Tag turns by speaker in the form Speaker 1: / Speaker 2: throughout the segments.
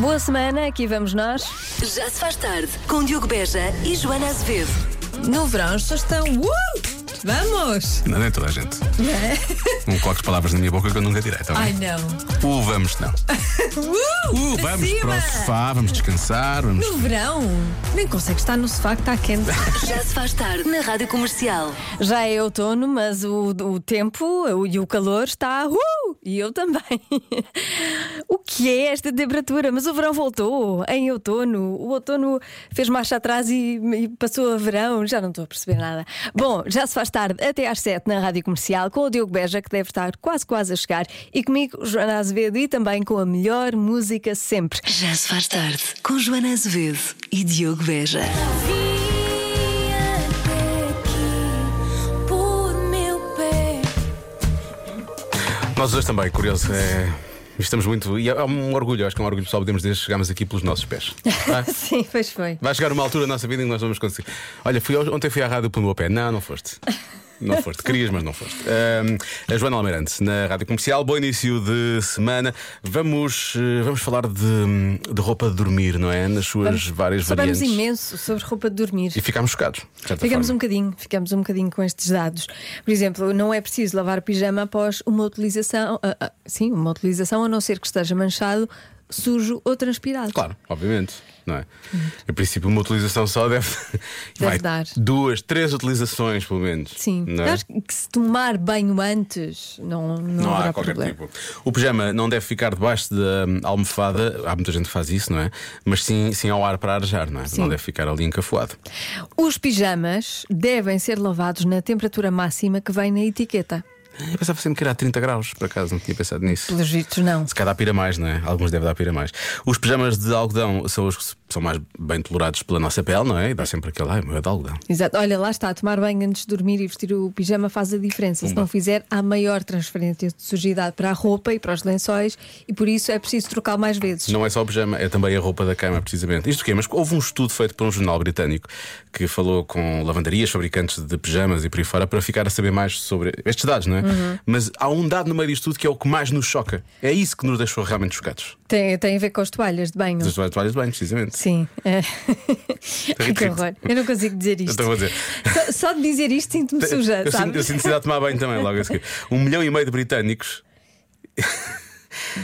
Speaker 1: Boa semana, aqui vamos nós.
Speaker 2: Já se faz tarde com Diogo Beja e Joana Azevedo.
Speaker 1: No verão, as pessoas estão. Uh! Vamos!
Speaker 3: Não é toda a gente. Não coloques palavras na minha boca que eu nunca tirei, tá
Speaker 1: Ai
Speaker 3: bem?
Speaker 1: não!
Speaker 3: Uh, vamos não.
Speaker 1: Uh!
Speaker 3: Uh,
Speaker 1: para
Speaker 3: vamos
Speaker 1: cima!
Speaker 3: para o sofá, vamos descansar, vamos.
Speaker 1: No verão, nem consegue estar no sofá que está quente.
Speaker 2: Já se faz tarde na Rádio Comercial.
Speaker 1: Já é outono, mas o, o tempo o- e o calor está. Uh! E eu também. o que é esta temperatura? Mas o verão voltou em outono. O outono fez marcha atrás e, e passou a verão. Já não estou a perceber nada. Bom, já se faz tarde até às 7 na Rádio Comercial com o Diogo Beja, que deve estar quase, quase a chegar. E comigo, Joana Azevedo, e também com a melhor música sempre.
Speaker 2: Já se faz tarde com Joana Azevedo e Diogo Beja.
Speaker 4: Vim até aqui por meu pé.
Speaker 3: Nós dois também, curioso. É... Estamos muito. E é é um orgulho, acho que é um orgulho pessoal podemos dizer que chegámos aqui pelos nossos pés. Tá?
Speaker 1: Sim, pois foi.
Speaker 3: Vai chegar uma altura da nossa vida em que nós vamos conseguir. Olha, fui ao- ontem fui à rádio pelo meu pé. Não, não foste. Não foste, querias, mas não foste. Ahm, a Joana Almeirante, na Rádio Comercial, bom início de semana. Vamos, eh, vamos falar de, de roupa de dormir, não é? Nas suas várias
Speaker 1: Sabemos
Speaker 3: variantes.
Speaker 1: imenso sobre roupa de dormir.
Speaker 3: E ficámos chocados. de certa
Speaker 1: Ficamos um
Speaker 3: forma.
Speaker 1: bocadinho, ficamos um bocadinho com estes dados. Por exemplo, não é preciso lavar o pijama após uma utilização, ah, ah, sim, uma utilização, a não ser que esteja manchado, sujo ou transpirado.
Speaker 3: Claro, obviamente, não é? Em princípio, uma utilização só deve.
Speaker 1: Deve
Speaker 3: Vai,
Speaker 1: dar.
Speaker 3: Duas, três utilizações, pelo menos.
Speaker 1: Sim.
Speaker 3: não é?
Speaker 1: Eu Acho que se tomar banho antes não, não,
Speaker 3: Não
Speaker 1: haverá
Speaker 3: há qualquer
Speaker 1: problema.
Speaker 3: tipo. O pijama não deve ficar debaixo da hum, almofada, há muita gente que faz isso, não é? Mas sim, sim ao ar para arejar, não é? Não deve ficar ali encafuado.
Speaker 1: Os pijamas devem ser lavados na temperatura máxima que vem na etiqueta.
Speaker 3: Eu pensava sempre que era a 30 graus, por acaso, não tinha pensado nisso.
Speaker 1: Pelos vistos, não.
Speaker 3: Se calhar dá pira mais, não é? Alguns devem dar pira mais. Os pijamas de algodão são os que são mais bem tolerados pela nossa pele, não é? E dá sempre aquele, ai, o meu é de algodão.
Speaker 1: Exato, olha, lá está, tomar banho antes de dormir e vestir o pijama faz a diferença. Se não fizer, há maior transferência de sujidade para a roupa e para os lençóis e por isso é preciso trocá-lo mais vezes.
Speaker 3: Não é só o pijama, é também a roupa da cama, precisamente. Isto quê? Mas houve um estudo feito por um jornal britânico que falou com lavandarias, fabricantes de pijamas e por aí fora para ficar a saber mais sobre estes dados, não é?
Speaker 1: Uhum.
Speaker 3: Mas há um dado no meio disto tudo que é o que mais nos choca. É isso que nos deixou realmente chocados.
Speaker 1: Tem, tem a ver com as toalhas de banho.
Speaker 3: As toalhas de banho, precisamente.
Speaker 1: Sim. É. que
Speaker 3: Rita.
Speaker 1: horror. Eu não consigo dizer isto.
Speaker 3: Então vou dizer.
Speaker 1: Só, só de dizer isto sinto-me suja,
Speaker 3: eu, sinto,
Speaker 1: sabe?
Speaker 3: eu sinto necessidade de tomar banho também, logo a seguir. Um milhão e meio de britânicos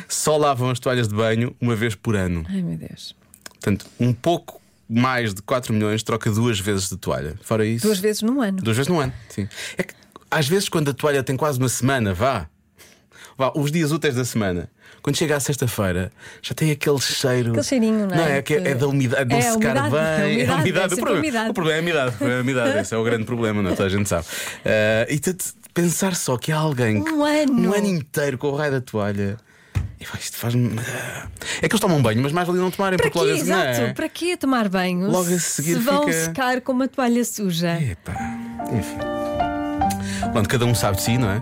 Speaker 3: só lavam as toalhas de banho uma vez por ano.
Speaker 1: Ai meu Deus.
Speaker 3: Portanto, um pouco mais de 4 milhões troca duas vezes de toalha. Fora isso.
Speaker 1: Duas vezes num ano.
Speaker 3: Duas vezes no ano, sim. É que às vezes quando a toalha tem quase uma semana, vá. Vá, os dias úteis da semana. Quando chega à sexta-feira, já tem aquele cheiro.
Speaker 1: Aquele cheirinho, não é?
Speaker 3: é? que é
Speaker 1: Que-
Speaker 3: da umidade, de não
Speaker 1: É a
Speaker 3: secar
Speaker 1: umidade,
Speaker 3: bem.
Speaker 1: é a umidade, é
Speaker 3: a umidade. O
Speaker 1: sempre
Speaker 3: problema-
Speaker 1: a umidade.
Speaker 3: O problema é a umidade. o problema é a umidade. Esse é o grande problema, não é? Toda a gente sabe. Ah, e tanto pensar só que há alguém. que-
Speaker 1: Um ano.
Speaker 3: Um ano inteiro com o raio da toalha. E vai, Isto faz-me. É que eles tomam banho, mas mais vale não tomarem,
Speaker 1: Para
Speaker 3: porque
Speaker 1: quê?
Speaker 3: logo assim, não é?
Speaker 1: Exato. Para quê tomar banho?
Speaker 3: Logo a
Speaker 1: se
Speaker 3: seguir
Speaker 1: vão
Speaker 3: fica- É.
Speaker 1: secar com uma toalha suja.
Speaker 3: Epá, enfim. Pronto, cada um sabe de si, não é?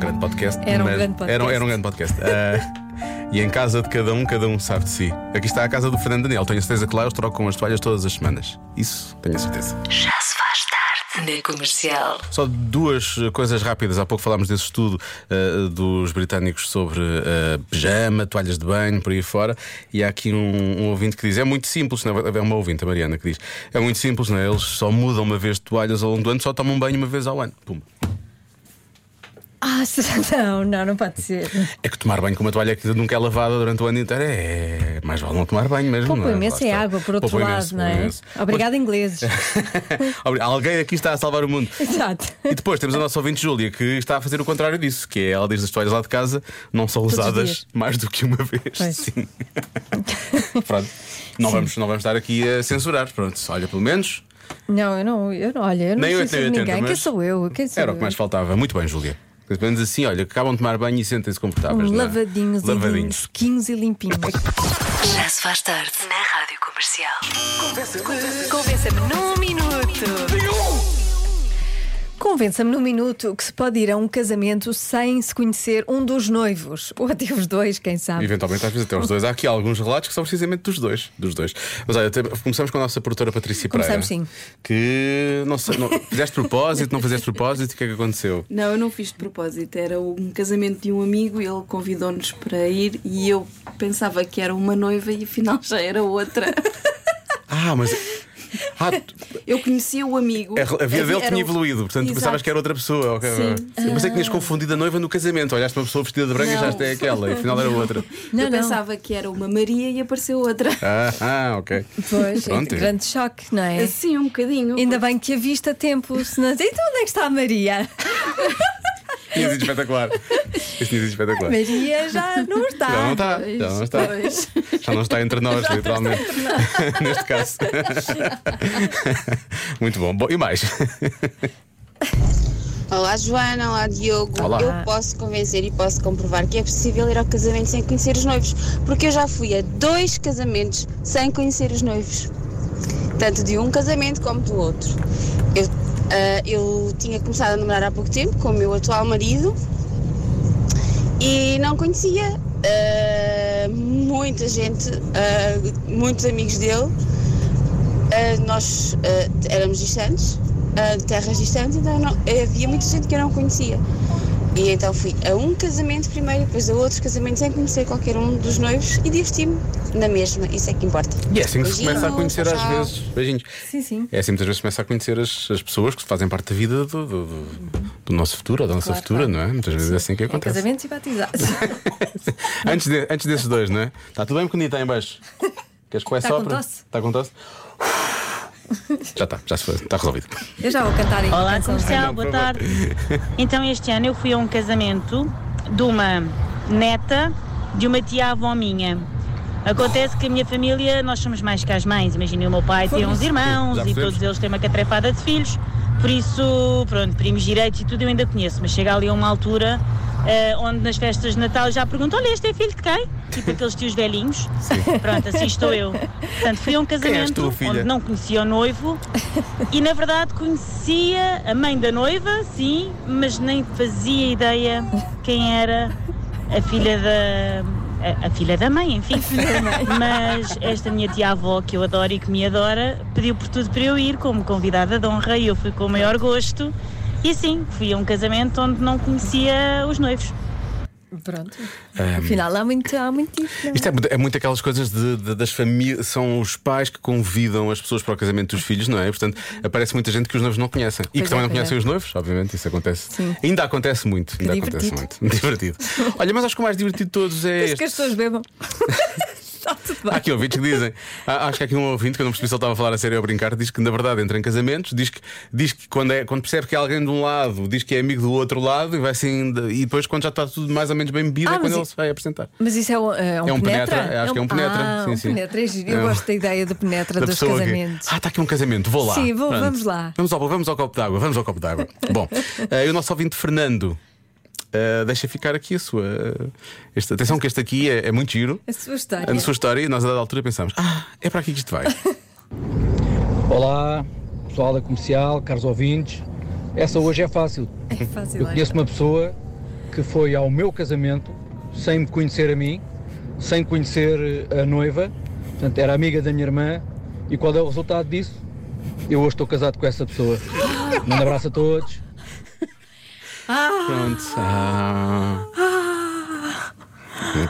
Speaker 3: Grande podcast.
Speaker 1: Era um
Speaker 3: mas-
Speaker 1: grande podcast.
Speaker 3: Era, era um grande podcast. Ah, e em casa de cada um, cada um sabe de si. Aqui está a casa do Fernando Daniel. Tenho certeza que lá eles trocam as toalhas todas as semanas. Isso, tenho a certeza.
Speaker 2: Já se faz tarde na Comercial.
Speaker 3: Só duas eh, coisas rápidas. Há pouco falámos desse estudo eh, dos britânicos sobre eh, pijama, toalhas de banho, por aí fora. E há aqui um, um ouvinte que diz: é muito simples, não é? É uma ouvinte, a Mariana, que diz: é muito simples, não é? Eles só mudam uma vez de toalhas ao longo do ano, só tomam banho uma vez ao ano. Pum.
Speaker 1: Ah, será- não, não, não pode ser.
Speaker 3: É que tomar banho com uma toalha que nunca é lavada durante o ano inteiro é. Mais vale não tomar banho mesmo.
Speaker 1: Poupa
Speaker 3: não
Speaker 1: imenso
Speaker 3: Lá
Speaker 1: é
Speaker 3: está.
Speaker 1: água, por outro
Speaker 3: Poupa
Speaker 1: lado,
Speaker 3: imenso,
Speaker 1: não
Speaker 3: poupa
Speaker 1: é?
Speaker 3: imenso.
Speaker 1: Obrigada, ingleses.
Speaker 3: Pois- Alguém aqui está a salvar o mundo.
Speaker 1: Exato.
Speaker 3: E depois temos a nossa ouvinte Júlia, que está a fazer o contrário disso, que é ela diz as toalhas lá de casa não são
Speaker 1: os
Speaker 3: usadas
Speaker 1: dias.
Speaker 3: mais do que uma vez.
Speaker 1: Pois.
Speaker 3: Sim. Pronto. Não, Vamos, não vamos estar aqui a censurar. Pronto, olha, pelo menos
Speaker 1: Não, eu não, eu não olha, eu não
Speaker 3: Nem
Speaker 1: sei
Speaker 3: 8, nem
Speaker 1: sobre
Speaker 3: 80,
Speaker 1: ninguém. Quem
Speaker 3: mas
Speaker 1: sou eu? Quem sou
Speaker 3: era
Speaker 1: eu?
Speaker 3: o que mais faltava. Muito bem, Júlia. Pelo menos assim, olha, que acabam de tomar banho e sentem-se confortáveis. não é?
Speaker 1: Um Lavadinhos, lavadinhos, sequinhos e limpinhos.
Speaker 2: Já se faz tarde na Rádio Comercial. Convença-me num minuto.
Speaker 1: Com Convença-me num minuto que se pode ir a um casamento sem se conhecer um dos noivos, ou até os dois, quem sabe.
Speaker 3: Eventualmente, às vezes até os dois. Há aqui alguns relatos que são precisamente dos dois. Dos dois. Mas olha, te- começamos com a nossa produtora Patrícia
Speaker 1: Começamos,
Speaker 3: Pereira.
Speaker 1: sim.
Speaker 3: Que não, sei, não fizeste propósito, não fizeste propósito, o que é que aconteceu?
Speaker 5: Não, eu não fiz de propósito. Era um casamento de um amigo, ele convidou-nos para ir e eu pensava que era uma noiva e afinal já era outra.
Speaker 3: Ah, mas. Ah, tu-
Speaker 5: Eu conhecia o amigo.
Speaker 3: a vida É, dele
Speaker 5: Era
Speaker 3: tinha
Speaker 5: o-
Speaker 3: evoluído, portanto tu
Speaker 5: Exato.
Speaker 3: pensavas que era outra pessoa. ok.
Speaker 5: Sim. Ah.
Speaker 3: Mas é que tinhas confundido a noiva no casamento. Olhaste uma pessoa vestida de branca e
Speaker 5: Não.
Speaker 3: achaste é aquela, e afinal era outra.
Speaker 1: Não,
Speaker 5: eu
Speaker 1: não.
Speaker 5: pensava que era uma Maria e apareceu outra.
Speaker 3: Ah, ah, ok.
Speaker 1: Pois, é
Speaker 3: Pronto.
Speaker 1: grande choque, não é?
Speaker 5: Assim, um bocadinho.
Speaker 1: Ainda bem que a vista a tempo, senão. Então onde é que está a Maria?
Speaker 3: Tinha sido espetacular. Isso tinha sido espetacular.
Speaker 1: Maria já não está.
Speaker 3: Já não está,
Speaker 5: Ah, Pois,
Speaker 3: já não tá. está.
Speaker 5: pois.
Speaker 3: Já não está entre nós, literalmente. Neste caso. Muito bom. Bom, E mais?
Speaker 6: Olá Joana, olá Diogo.
Speaker 3: Olá.
Speaker 6: Eu posso convencer e posso comprovar que é possível ir ao casamento sem conhecer os noivos, porque eu já fui a dois casamentos sem conhecer os noivos, tanto de um casamento como do outro. Eu, ah, eu tinha começado a namorar há pouco tempo com o meu atual marido e não conhecia ah, muita gente, ah, muitos amigos dele. Uh, nós uh, éramos distantes, uh, de terras distantes, então não- havia muita gente que eu não conhecia. E então fui a um casamento primeiro, depois a outro casamento sem conhecer qualquer um dos noivos e diverti-me na mesma, isso é que importa.
Speaker 3: E é assim que se
Speaker 6: Beijinhos,
Speaker 3: começa a conhecer às
Speaker 6: tchau.
Speaker 3: vezes. Beijinhos.
Speaker 1: Sim, sim.
Speaker 3: É assim muitas vezes se começa a conhecer as, as pessoas que fazem parte da vida do, do- do- do nosso futuro ou da nossa
Speaker 1: Claro,
Speaker 3: futura,
Speaker 1: claro.
Speaker 3: não é? Muitas vezes é assim que
Speaker 1: É
Speaker 3: acontece.
Speaker 1: casamentos e batizados.
Speaker 3: antes, de- antes desses dois, não é? Está tudo bem pequenito aí em baixo. Queres que o
Speaker 1: Está Tá com tosse?
Speaker 3: Está Tá com tosse? Já está, já se foi, está resolvido.
Speaker 1: Eu já vou cantar aí.
Speaker 7: Olá,
Speaker 1: canção.
Speaker 3: então,
Speaker 7: comercial, boa tarde. Então, este ano eu fui a um casamento de uma neta de uma tia-avó minha. Acontece que a minha família, nós somos mais que as mães. Imagina, o meu pai tem uns irmãos
Speaker 3: Já
Speaker 7: e
Speaker 3: percebemos.
Speaker 7: todos eles têm uma catrefada de filhos. Por isso, pronto, primos direitos e tudo eu ainda conheço. Mas chega ali a uma altura eh, onde nas festas de Natal já pergunto: olha, este é filho de quem? Tipo aqueles tios velhinhos. Pronto, assim estou eu. Portanto, fui a um
Speaker 3: és
Speaker 7: casamento
Speaker 3: tu, filha?
Speaker 7: onde não conhecia o noivo e na verdade conhecia a mãe da noiva, sim, mas nem fazia ideia quem era a filha da. A, a filha da mãe, enfim. Mas esta minha tia-avó, que eu adoro e que me adora, pediu por tudo para eu ir como convidada de honra e eu fui com o maior gosto. E sim, fui a um casamento onde não conhecia os noivos.
Speaker 1: Pronto. Afinal, há muito, há muito isso. não é?
Speaker 3: Isto é, muito- é muito aquelas coisas de- de- das famílias. São os pais que convidam as pessoas para o casamento dos filhos, não é? Portanto, aparece muita gente que os noivos não conhecem. E que
Speaker 1: Pois é,
Speaker 3: também não
Speaker 1: pois
Speaker 3: conhecem os noivos, obviamente, isso acontece. Ainda acontece muito. ainda acontece
Speaker 1: divertido.
Speaker 3: muito. Divertido. Olha, mas acho que o mais divertido de todos é
Speaker 1: Desde que
Speaker 3: este.
Speaker 1: as pessoas bebam. Está tudo bem.
Speaker 3: Há aqui ouvintes que dizem, há- acho que há aqui um ouvinte que eu não percebi se ele estava a falar a sério ou a brincar, diz que na verdade entra em casamentos, diz que, diz que quando, é- quando percebe que é alguém de um lado, diz que é amigo do outro lado e vai assim, de- e depois quando já está tudo mais ou menos bem bebido
Speaker 1: Ah,
Speaker 3: é quando
Speaker 1: mas
Speaker 3: ele
Speaker 1: e-
Speaker 3: se vai apresentar.
Speaker 1: Mas isso é um, é um,
Speaker 3: É um penetra,
Speaker 1: penetra?
Speaker 3: acho que é um penetra,
Speaker 1: Ah,
Speaker 3: sim,
Speaker 1: um
Speaker 3: sim.
Speaker 1: penetra, é giro. Eu
Speaker 3: É um-
Speaker 1: gosto da ideia do penetra
Speaker 3: da
Speaker 1: dos
Speaker 3: pessoa que-
Speaker 1: casamentos.
Speaker 3: Ah, está aqui um casamento, vou lá.
Speaker 1: Sim, vou- vamos lá.
Speaker 3: Vamos ao, vamos ao copo d'água, vamos ao copo d'água. Bom, eh, e o nosso ouvinte Fernando. eh, deixa ficar aqui a sua. eh, este- atenção, que este aqui é, é muito giro.
Speaker 1: A sua história.
Speaker 3: A sua história, e nós a dada altura pensámos: ah, é para aqui que isto vai.
Speaker 8: Olá, pessoal da comercial, caros ouvintes. Essa hoje é fácil.
Speaker 1: É fácil.
Speaker 8: Eu
Speaker 1: é?
Speaker 8: conheço uma pessoa que foi ao meu casamento sem me conhecer a mim, sem conhecer eh, a noiva, portanto, era amiga da minha irmã. E qual é o resultado disso? Eu hoje estou casado com essa pessoa. Um abraço a todos.
Speaker 3: Pronto. Ah.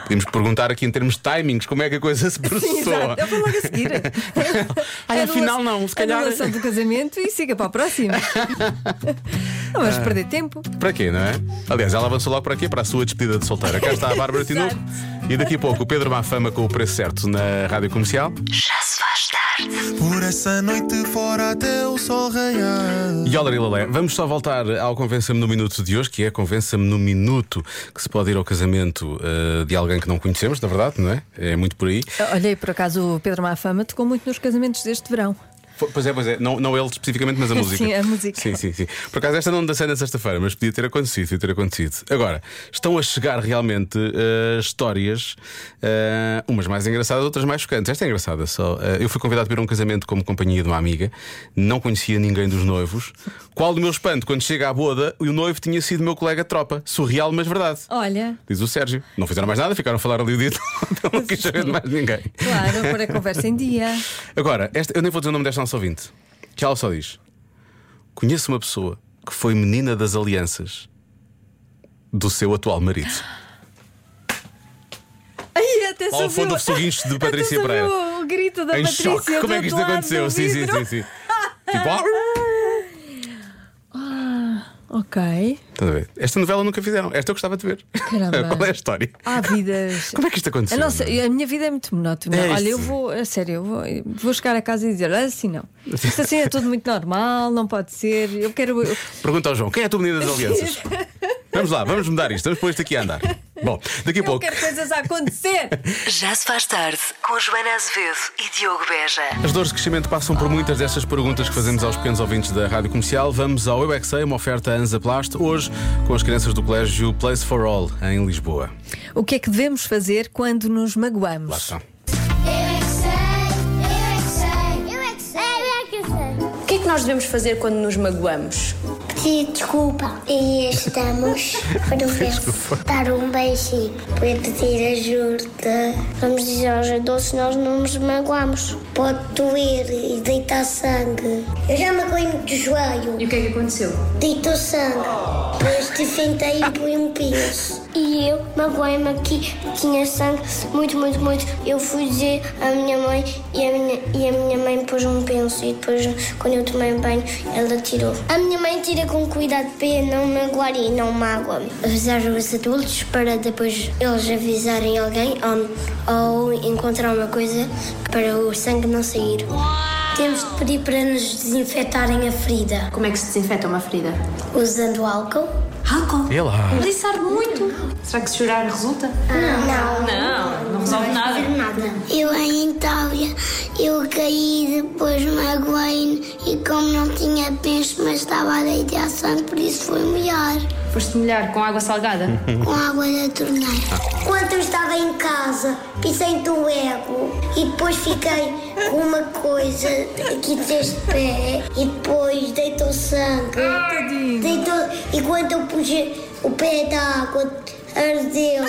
Speaker 3: Podemos perguntar aqui em termos de timings como é que a coisa se processou.
Speaker 1: Exato, eu vou logo a seguir. É
Speaker 3: Ai,
Speaker 1: Anula-
Speaker 3: afinal não, se calhar-
Speaker 1: Anulação do casamento e siga para a próxima. não vamos
Speaker 3: Ah.
Speaker 1: perder tempo.
Speaker 3: Para quê, não é? Aliás, ela avançou logo para quê? Para a sua despedida de solteira. Cá está a Bárbara Tinoco. E daqui a pouco o Pedro Mafama com o preço certo na rádio comercial.
Speaker 2: Já se faz tarde.
Speaker 9: Por essa noite fora até o sol raiar.
Speaker 3: E olha, Lilé, vamos só voltar ao Convença-me no Minuto de hoje, que é Convença-me no Minuto, que se pode ir ao casamento eh, de alguém que não conhecemos, na verdade, não é? É muito por aí.
Speaker 1: Olhei, por acaso, o Pedro Mafama tocou muito nos casamentos deste verão.
Speaker 3: Fo- Pois é, pois é. Não, não ele especificamente, mas a música.
Speaker 1: Sim, a música.
Speaker 3: Sim, sim, sim. Por acaso, esta não dancei na sexta-feira, mas podia ter acontecido, podia ter acontecido. Agora, estão a chegar realmente eh, histórias, eh, umas mais engraçadas, outras mais chocantes. Esta é engraçada só. Eh, eu fui convidado para ir a um casamento como companhia de uma amiga, não conhecia ninguém dos noivos. Qual do meu espanto, quando chega à boda, o noivo tinha sido meu colega de tropa. Surreal, mas verdade.
Speaker 1: Olha,
Speaker 3: Diz o Sérgio. Não fizeram mais nada, ficaram a falar ali o dia todo. Não quis saber de mais ninguém.
Speaker 1: claro, pôr a conversa em dia.
Speaker 3: Agora, esta- eu nem vou dizer o nome desta nossa ouvinte. Que ela só diz: Conheço uma pessoa que foi menina das alianças do seu atual marido.
Speaker 1: Ai, até
Speaker 3: Ao
Speaker 1: se ouviu-
Speaker 3: fundo, foguinhos de
Speaker 1: até
Speaker 3: Patrícia
Speaker 1: se ouviu
Speaker 3: Pereira.
Speaker 1: O grito da
Speaker 3: em
Speaker 1: Patrícia.
Speaker 3: choque. Como
Speaker 1: do
Speaker 3: é que isto
Speaker 1: outro lado
Speaker 3: aconteceu?
Speaker 1: do
Speaker 3: Sim, sim,
Speaker 1: vidro.
Speaker 3: sim, sim. Tipo, ah!
Speaker 1: Ok.
Speaker 3: Estás a ver? Esta novela nunca fizeram. Esta eu gostava de ver.
Speaker 1: Caramba.
Speaker 3: Qual é a história?
Speaker 1: Há vidas.
Speaker 3: Como é que isto aconteceu?
Speaker 1: A, nossa- a minha vida é muito monótona.
Speaker 3: É
Speaker 1: Olha,
Speaker 3: isso.
Speaker 1: eu vou, a sério, eu vou, vou chegar a casa e dizer "Ah, assim não. Isto assim é tudo muito normal, não pode ser. Eu quero. eu-
Speaker 3: Pergunta ao João: quem é a tua menina das alianças? vamos lá, vamos mudar isto. Vamos pôr isto aqui a andar. Bom, daqui a
Speaker 1: eu
Speaker 3: pouco.
Speaker 1: quero coisas a acontecer.
Speaker 2: Já se faz tarde com Joana Azevedo e Diogo Beja.
Speaker 3: As dores de crescimento passam por muitas destas perguntas que fazemos aos pequenos ouvintes da Rádio Comercial. Vamos ao Eu é Que Sei, uma oferta Anza Plast, hoje com as crianças do colégio Place for All, em Lisboa.
Speaker 1: O que é que devemos fazer quando nos
Speaker 3: Lá
Speaker 1: magoamos?
Speaker 3: estão.
Speaker 10: O que é que nós devemos fazer quando nos magoamos?
Speaker 11: Pedir desculpa. E estamos para ver dar um beijinho, para pedir ajuda. Vamos dizer aos adultos que nós não nos magoamos. Pode doer e deitar sangue. Eu já magoei muito do joelho.
Speaker 10: E o que é que aconteceu?
Speaker 11: Deitou sangue. Depois defendei e põe um pinço. E eu magoei-me aqui, tinha sangue, muito, muito, muito. Eu fui dizer à minha mãe e a minha, e a minha mãe pôs um penso e depois, quando eu tomei um banho, ela tirou. A minha mãe tira com cuidado para não magoar e não mágoa-me. Avisar os adultos para depois eles avisarem alguém ou, ou encontrar uma coisa para o sangue não sair. Temos de pedir para nos desinfetarem a ferida
Speaker 10: Como é que se desinfeta uma ferida?
Speaker 11: usando álcool.
Speaker 10: Álcool.
Speaker 3: E lá.
Speaker 10: Liçar muito. Será que se chorar resulta?
Speaker 11: Ah, Não.
Speaker 7: Não, não resolve nada.
Speaker 11: Eu em Itália, eu caí depois magoei e como não tinha peixe, mas estava a deitar sangue, por isso foi molhar
Speaker 10: Foste molhar com água salgada?
Speaker 11: com água da torneira. Quando eu estava em casa, pisei do ego e depois fiquei com uma coisa aqui deste pé e depois deitou sangue. Deitou, e quando eu pus o pé da água, ardeu.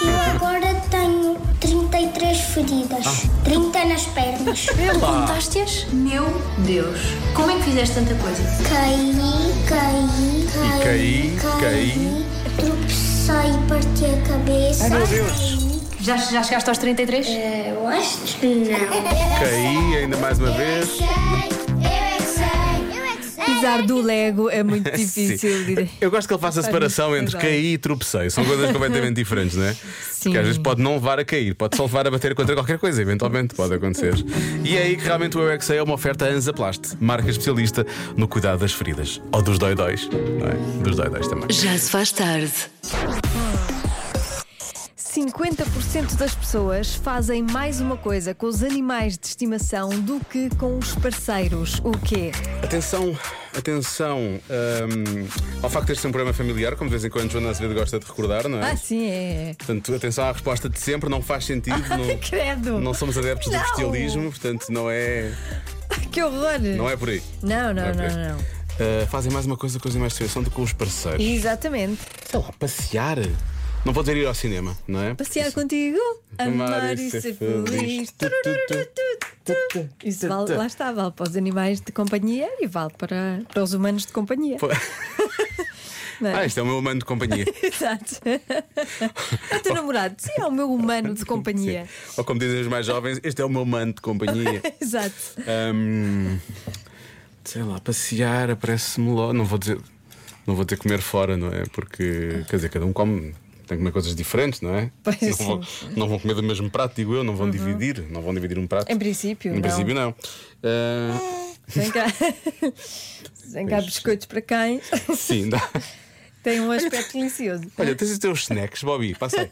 Speaker 11: Eu agora tenho 33 feridas, 30 nas pernas.
Speaker 10: Contaste-as? Meu Deus. Como é que fizeste tanta coisa?
Speaker 11: Caí, caí, caí.
Speaker 3: caí, caí.
Speaker 11: Tropecei e parti a cabeça. meu Deus!
Speaker 10: Já, já chegaste aos 33?
Speaker 11: Eu acho que não.
Speaker 3: Caí ainda mais uma vez.
Speaker 1: Pisar do Lego é muito difícil. direi.
Speaker 3: Eu gosto que ele faça a separação entre
Speaker 1: Exato.
Speaker 3: caí e tropecei. São coisas completamente diferentes, não é? Porque às vezes pode não levar a cair, pode só levar a bater contra qualquer coisa, eventualmente pode acontecer. E é aí que realmente o Eu é Que Sei é uma oferta Anza Plast, marca especialista no cuidado das feridas. Ou dos dói-dóis, não é? Dos dói-dóis também.
Speaker 2: Já se faz tarde.
Speaker 1: 50% das pessoas fazem mais uma coisa com os animais de estimação do que com os parceiros. O quê?
Speaker 3: Atenção, atenção hum, ao facto de este ser um programa familiar, como de vez em quando Joana Azevedo gosta de recordar, não é?
Speaker 1: Ah, sim, é.
Speaker 3: Portanto, atenção à resposta de sempre, não faz sentido. não...
Speaker 1: Credo!
Speaker 3: Não somos adeptos do
Speaker 1: Não.
Speaker 3: bestialismo, portanto não é,
Speaker 1: Ah, Que horror!
Speaker 3: não é por aí.
Speaker 1: Não, não,
Speaker 3: Não
Speaker 1: não,
Speaker 3: é por aí.
Speaker 1: não.
Speaker 3: Uh, fazem mais uma coisa com os animais de estimação do que com os parceiros.
Speaker 1: Exatamente.
Speaker 3: Sei lá, passear. Não vou dizer ir ao cinema, não é?
Speaker 1: Passear contigo, amar e ser feliz.
Speaker 3: Tu, tu, tu,
Speaker 1: Tu, tu, tu, tu. Isso vale, lá está, vale para os animais de companhia e vale para, para os humanos de companhia.
Speaker 3: Pô.
Speaker 1: Não é?
Speaker 3: Ah, isto é o meu humano de companhia.
Speaker 1: Exato. É o teu namorado, sim, é o meu humano de companhia.
Speaker 3: Sim. Ou como dizem os mais jovens, este é o meu humano de companhia.
Speaker 1: Exato.
Speaker 3: Hum, sei lá, passear, aparece-me logo. Não vou dizer. Não vou ter que comer fora, não é? Porque, quer dizer, cada um come. Tem que comer coisas diferentes, não é?
Speaker 1: Pois
Speaker 3: não,
Speaker 1: sim. Uhum.
Speaker 3: vão, não vão comer do mesmo prato, digo eu, não vão dividir, não vão dividir um prato.
Speaker 1: Em princípio,
Speaker 3: Em
Speaker 1: não.
Speaker 3: princípio, não. Ah,
Speaker 1: Vem cá. Vem cá biscoitos para quem?
Speaker 3: sim, dá.
Speaker 1: Tem um aspecto delicioso.
Speaker 3: Olha, tens os teus snacks, Bobby, passa aí.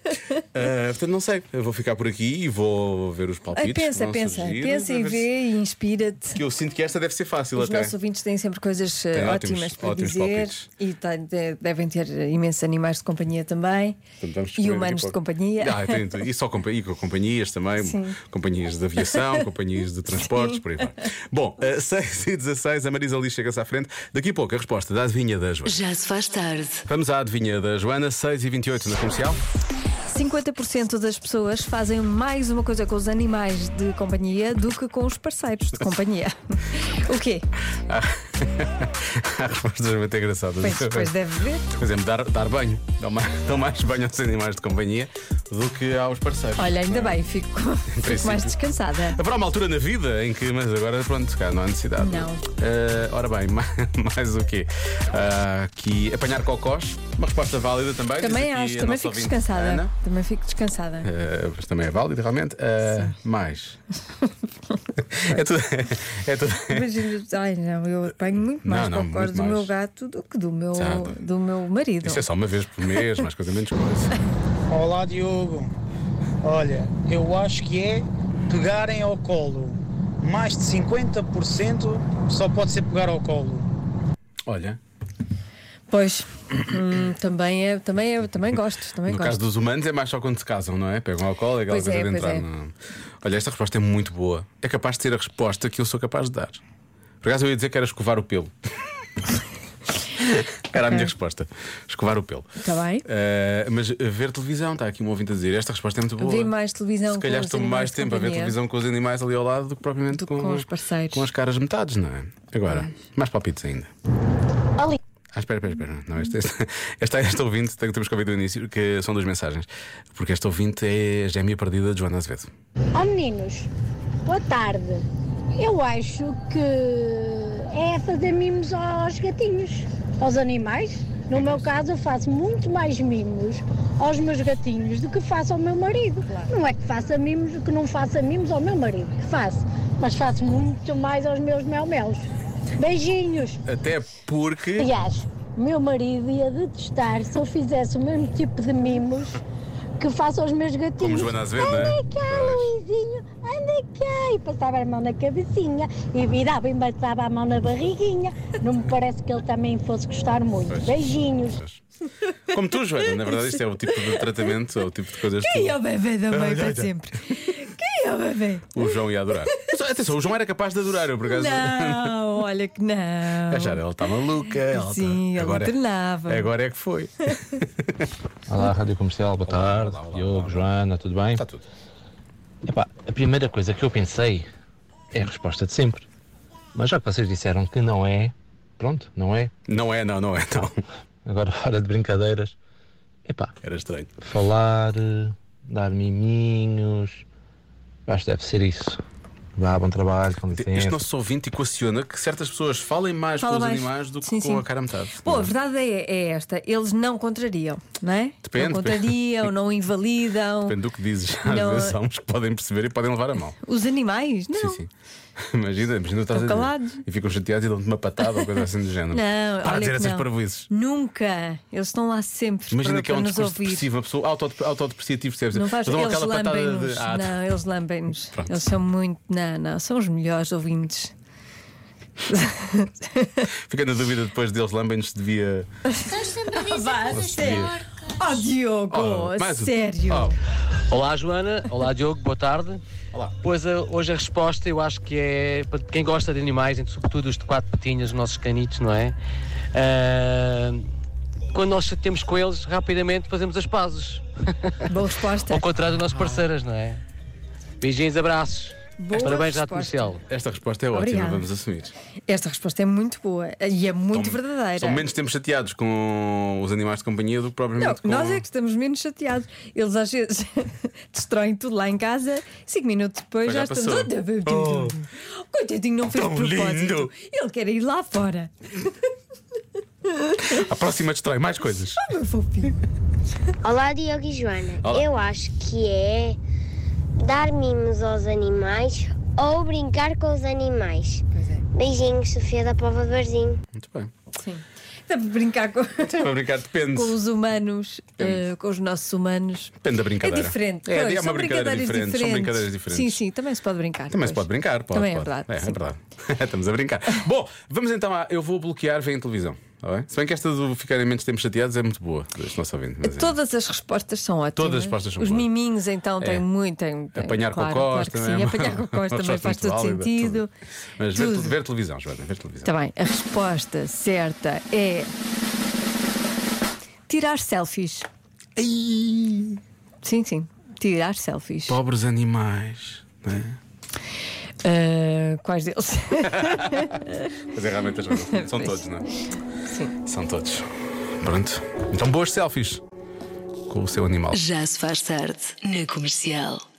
Speaker 3: Ah, portanto, não sei, eu vou ficar por aqui e vou ver os
Speaker 1: Ai,
Speaker 3: palpites. que
Speaker 1: Ah, pensa,
Speaker 3: vão
Speaker 1: pensa,
Speaker 3: surgir,
Speaker 1: pensa e
Speaker 3: a ver se-
Speaker 1: vê e inspira-te.
Speaker 3: Que eu sinto que esta deve ser fácil
Speaker 1: Os
Speaker 3: até.
Speaker 1: nossos ouvintes têm sempre coisas eh,
Speaker 3: Tem ótimos-
Speaker 1: ótimas para
Speaker 3: ótimos
Speaker 1: dizer
Speaker 3: palpites.
Speaker 1: e tem- de- devem ter imensos animais de companhia também
Speaker 3: Portanto, vamos
Speaker 1: e
Speaker 3: descobrir
Speaker 1: humanos
Speaker 3: daqui a
Speaker 1: de
Speaker 3: pouco.
Speaker 1: companhia.
Speaker 3: Ah, tem tudo. e só compa- e com companhias também,
Speaker 1: Sim.
Speaker 3: companhias de aviação, companhias de transportes, por aí vai. Bom, eh, 6 e 16, a Marisa Lis chega-se à frente. Daqui a pouco a resposta da adivinha da Joana.
Speaker 12: Já se faz tarde.
Speaker 3: Vamos à adivinha da Joana, 6 e 28 na comercial.
Speaker 1: 50% das pessoas fazem mais uma coisa com os animais de companhia do que com os parceiros de companhia. o quê?
Speaker 3: Ah, Há respostas é muito engraçadas.
Speaker 1: Pois, pois é. deve ver.
Speaker 3: Por exemplo, dar, dar banho. Dão mais, dão mais banho aos animais de companhia do que aos parceiros.
Speaker 1: Olha, ainda bem, fico, fico mais
Speaker 3: princípio.
Speaker 1: descansada.
Speaker 3: Haverá uma altura na vida em que, mas agora pronto, se calhar não há necessidade.
Speaker 1: Não.
Speaker 3: Eh, ora bem, ma- mais, o quê? Ah, que apanhar cocós, uma resposta válida também. diz
Speaker 1: Também
Speaker 3: aqui
Speaker 1: acho,
Speaker 3: a
Speaker 1: também
Speaker 3: nossa
Speaker 1: fico
Speaker 3: ouvinte,
Speaker 1: descansada.
Speaker 3: Ana.
Speaker 1: Também fico descansada.
Speaker 3: Eh, mas também é válido, realmente. Eh, mais. é tudo. É tudo.
Speaker 1: Mas, ai não, eu apanho muito mais
Speaker 3: Não, não,
Speaker 1: cocós
Speaker 3: muito
Speaker 1: do
Speaker 3: mais.
Speaker 1: meu gato do que do meu,
Speaker 3: Exato.
Speaker 1: do meu marido.
Speaker 3: Isso é só uma vez por mês, mais coisa, menos coisa.
Speaker 13: Olá Diogo. Olha, eu acho que é pegarem ao colo. Mais de 50% só pode ser pegar ao colo.
Speaker 3: Olha,
Speaker 1: Pois, hum, também, é, também, é, também gosto. Também
Speaker 3: no
Speaker 1: gosto.
Speaker 3: caso dos humanos é mais só quando se casam, não é? Pegam álcool e aquela
Speaker 1: Pois
Speaker 3: coisa
Speaker 1: é,
Speaker 3: de
Speaker 1: pois
Speaker 3: entrar.
Speaker 1: é.
Speaker 3: na- Olha, esta resposta é muito boa. É capaz de ser a resposta que eu sou capaz de dar. Por acaso eu ia dizer que era escovar o pelo. era a minha resposta. Escovar o pelo.
Speaker 1: Está Tá bem?
Speaker 3: Eh, mas ver televisão, está aqui um ouvinte a dizer. Esta resposta é muito boa.
Speaker 1: Vi mais televisão
Speaker 3: Se
Speaker 1: com
Speaker 3: calhar
Speaker 1: os
Speaker 3: estou
Speaker 1: animais
Speaker 3: mais
Speaker 1: de
Speaker 3: tempo a ver
Speaker 1: companhia.
Speaker 3: televisão com os animais ali ao lado do que propriamente com,
Speaker 1: com os parceiros.
Speaker 3: Com as caras metades, não é? Agora, mais palpites ainda.
Speaker 11: Ali.
Speaker 3: Ah, espera, espera, espera. Não, esta, esta, esta, esta ouvinte, tem- temos que ouvir do início, que são duas mensagens. Porque esta ouvinte é a gêmea perdida de Joana Azevedo.
Speaker 11: Oh meninos, boa tarde. Eu acho que é fazer mimos aos gatinhos, aos animais. No meu caso, eu faço muito mais mimos aos meus gatinhos do que faço ao meu marido. Não é que faça mimos, que não faça mimos ao meu marido, que faço, mas faço muito mais aos meus melmelos. Beijinhos.
Speaker 3: Até porque.
Speaker 11: Aliás, o meu marido ia detestar se eu fizesse o mesmo tipo de mimos que faço aos meus gatinhos.
Speaker 3: Joana Azevedo,
Speaker 11: anda
Speaker 3: não é?
Speaker 11: cá, Luizinho, anda cá. E passava a mão na cabecinha e virava e passava a mão na barriguinha. Não me parece que ele também fosse gostar muito. Beijinhos.
Speaker 3: Como tu, Joana, na verdade, isto é o tipo de tratamento, é o tipo de coisas que.
Speaker 1: Quem
Speaker 3: tu-
Speaker 1: é o bebê da
Speaker 3: Olha,
Speaker 1: mãe
Speaker 3: olha.
Speaker 1: para sempre? Quem é o bebê?
Speaker 3: O João ia adorar. Mas, atenção, o João era capaz de adorar, eu por acaso.
Speaker 1: Não,
Speaker 3: é.
Speaker 1: olha que não.
Speaker 3: A Jara, ela está maluca. ela
Speaker 1: Sim,
Speaker 3: tá-
Speaker 1: ele
Speaker 3: É agora,
Speaker 1: alternava.
Speaker 3: agora é que foi.
Speaker 8: Olá, Rádio Comercial, boa tarde. Diogo, Joana, tudo bem? Está
Speaker 3: tudo.
Speaker 8: Epá, a primeira coisa que eu pensei é a resposta de sempre. Mas já que vocês disseram que não é, pronto, não é.
Speaker 3: Não é, não, não é, não.
Speaker 8: Agora, fora de brincadeiras, epá.
Speaker 3: Era estranho.
Speaker 8: Falar, eh, dar miminhos, acho que deve ser isso. Vá, bom trabalho, com
Speaker 3: Este
Speaker 8: licença.
Speaker 3: nosso ouvinte equaciona que certas pessoas falem mais
Speaker 1: Fala
Speaker 3: com os
Speaker 1: mais.
Speaker 3: animais do que
Speaker 1: Sim,
Speaker 3: com
Speaker 1: sim.
Speaker 3: a cara a metade.
Speaker 1: Bom, a verdade é, é esta: eles não contrariam, não é?
Speaker 3: Depende,
Speaker 1: não
Speaker 3: depende.
Speaker 1: contrariam, não invalidam.
Speaker 3: Depende do que dizes. Às
Speaker 1: Não,
Speaker 3: vezes
Speaker 1: é-
Speaker 3: há uns que podem perceber e podem levar a mão.
Speaker 1: Os animais? Não.
Speaker 3: Sim, sim. Imagina, imagina tu estás
Speaker 1: Estão
Speaker 3: a
Speaker 1: calados.
Speaker 3: dizer, e ficam chateados e dão-te uma patada ou coisa assim do género.
Speaker 1: Não,
Speaker 3: Para
Speaker 1: olha
Speaker 3: dizer
Speaker 1: que
Speaker 3: essas
Speaker 1: não.
Speaker 3: parvoices.
Speaker 1: Nunca. Eles estão lá sempre
Speaker 3: Imagina
Speaker 1: para,
Speaker 3: que é
Speaker 1: para
Speaker 3: um
Speaker 1: nos
Speaker 3: discurso
Speaker 1: ouvir.
Speaker 3: depressivo, uma pessoa auto- autodepreciativa, percebes?
Speaker 1: Não faz,
Speaker 3: Mas dão
Speaker 1: eles
Speaker 3: aquela patada
Speaker 1: lambem-nos.
Speaker 3: de. Ah,
Speaker 1: não, eles lambem-nos.
Speaker 3: Pronto.
Speaker 1: Eles são muito. Não, não, são os melhores ouvintes.
Speaker 3: Fiquei na dúvida depois deles lambem-nos se devia.
Speaker 14: Estás sempre a dizer
Speaker 3: coisas
Speaker 14: coisas
Speaker 3: sério.
Speaker 1: Oh, Diogo,
Speaker 3: Oh, mais um.
Speaker 1: sério.
Speaker 15: Olá, Joana. Olá, Diogo. Boa tarde.
Speaker 3: Olá.
Speaker 15: Pois a- hoje a resposta eu acho que é para quem gosta de animais, entre sobretudo os de quatro patinhas, os nossos canitos, não é? Ah, quando nós chateamos com eles, rapidamente fazemos as pazes.
Speaker 1: Boa resposta.
Speaker 15: Ao contrário dos nossos parceiros, não é? Beijinhos, abraços.
Speaker 1: Boa
Speaker 15: Parabéns à
Speaker 1: resposta.
Speaker 15: comercial.
Speaker 3: Esta resposta é ótima,
Speaker 1: Obrigada.
Speaker 3: vamos assumir.
Speaker 1: Esta resposta é muito boa e é muito verdadeira.
Speaker 3: São menos tempos chateados com os animais de companhia do que propriamente
Speaker 1: Não,
Speaker 3: com.
Speaker 1: nós é que estamos menos chateados. Eles às vezes destroem tudo lá em casa, cinco minutos depois
Speaker 3: Mas
Speaker 1: já,
Speaker 3: já
Speaker 1: estamos.
Speaker 3: passou. Oh.
Speaker 1: Coitadinho, não fez de
Speaker 3: Tão
Speaker 1: propósito.
Speaker 3: lindo.
Speaker 1: Ele quer ir lá fora.
Speaker 3: A próxima destrói mais coisas.
Speaker 1: Oh, meu fofinho.
Speaker 16: Olá, Diogo e Joana.
Speaker 3: Olá.
Speaker 16: Eu acho que é dar mimos aos animais ou
Speaker 3: é.
Speaker 16: brincar com os animais. Beijinhos, Sofia da Pova do Barzinho.
Speaker 3: Muito bem.
Speaker 1: Sim. Para brincar com,
Speaker 3: Para brincar, depende.
Speaker 1: com os humanos, eh, com os nossos humanos.
Speaker 3: Depende da
Speaker 1: É
Speaker 3: brincadeira.
Speaker 1: diferente.
Speaker 3: É,
Speaker 1: pois,
Speaker 3: é uma
Speaker 1: são
Speaker 3: brincadeira
Speaker 1: brincadeiras
Speaker 3: diferente. São brincadeiras diferentes.
Speaker 1: Sim, sim, também se pode brincar.
Speaker 3: Também se
Speaker 1: pois.
Speaker 3: Então, pode brincar, pode.
Speaker 1: Também é
Speaker 3: pode.
Speaker 1: verdade,
Speaker 3: É, é
Speaker 1: sim.
Speaker 3: verdade. Estamos a brincar. Bom, vamos então a Eu Vou Bloquear, vem em televisão. Tá bem? Se bem que esta do ficar em menos tempos chateados é muito boa, este nosso ouvinte. mas é.
Speaker 1: Todas as respostas são ótimas.
Speaker 3: Todas as respostas são
Speaker 1: Os
Speaker 3: boas.
Speaker 1: miminhos, então,
Speaker 3: É.
Speaker 1: têm muito. Têm, têm,
Speaker 3: Apanhar
Speaker 1: claro,
Speaker 3: com a costa.
Speaker 1: Claro que sim,
Speaker 3: né?
Speaker 1: apanhar com a costa
Speaker 3: Uma
Speaker 1: também faz
Speaker 3: resposta
Speaker 1: todo
Speaker 3: muito válida,
Speaker 1: sentido.
Speaker 3: tudo. Mas ver,
Speaker 1: Tudo. Tá
Speaker 3: ver televisão, Joana, ver televisão.
Speaker 1: Está bem, a resposta certa é. Tirar selfies. Sim, sim. Tirar selfies.
Speaker 3: Pobres animais. Né?
Speaker 1: Ah, quais deles?
Speaker 3: Mas é realmente as razões. São
Speaker 1: Pois.
Speaker 3: todos, não é?
Speaker 1: Sim.
Speaker 3: São todos. Pronto. Então, boas selfies com o seu animal.
Speaker 2: Já se faz tarde na comercial.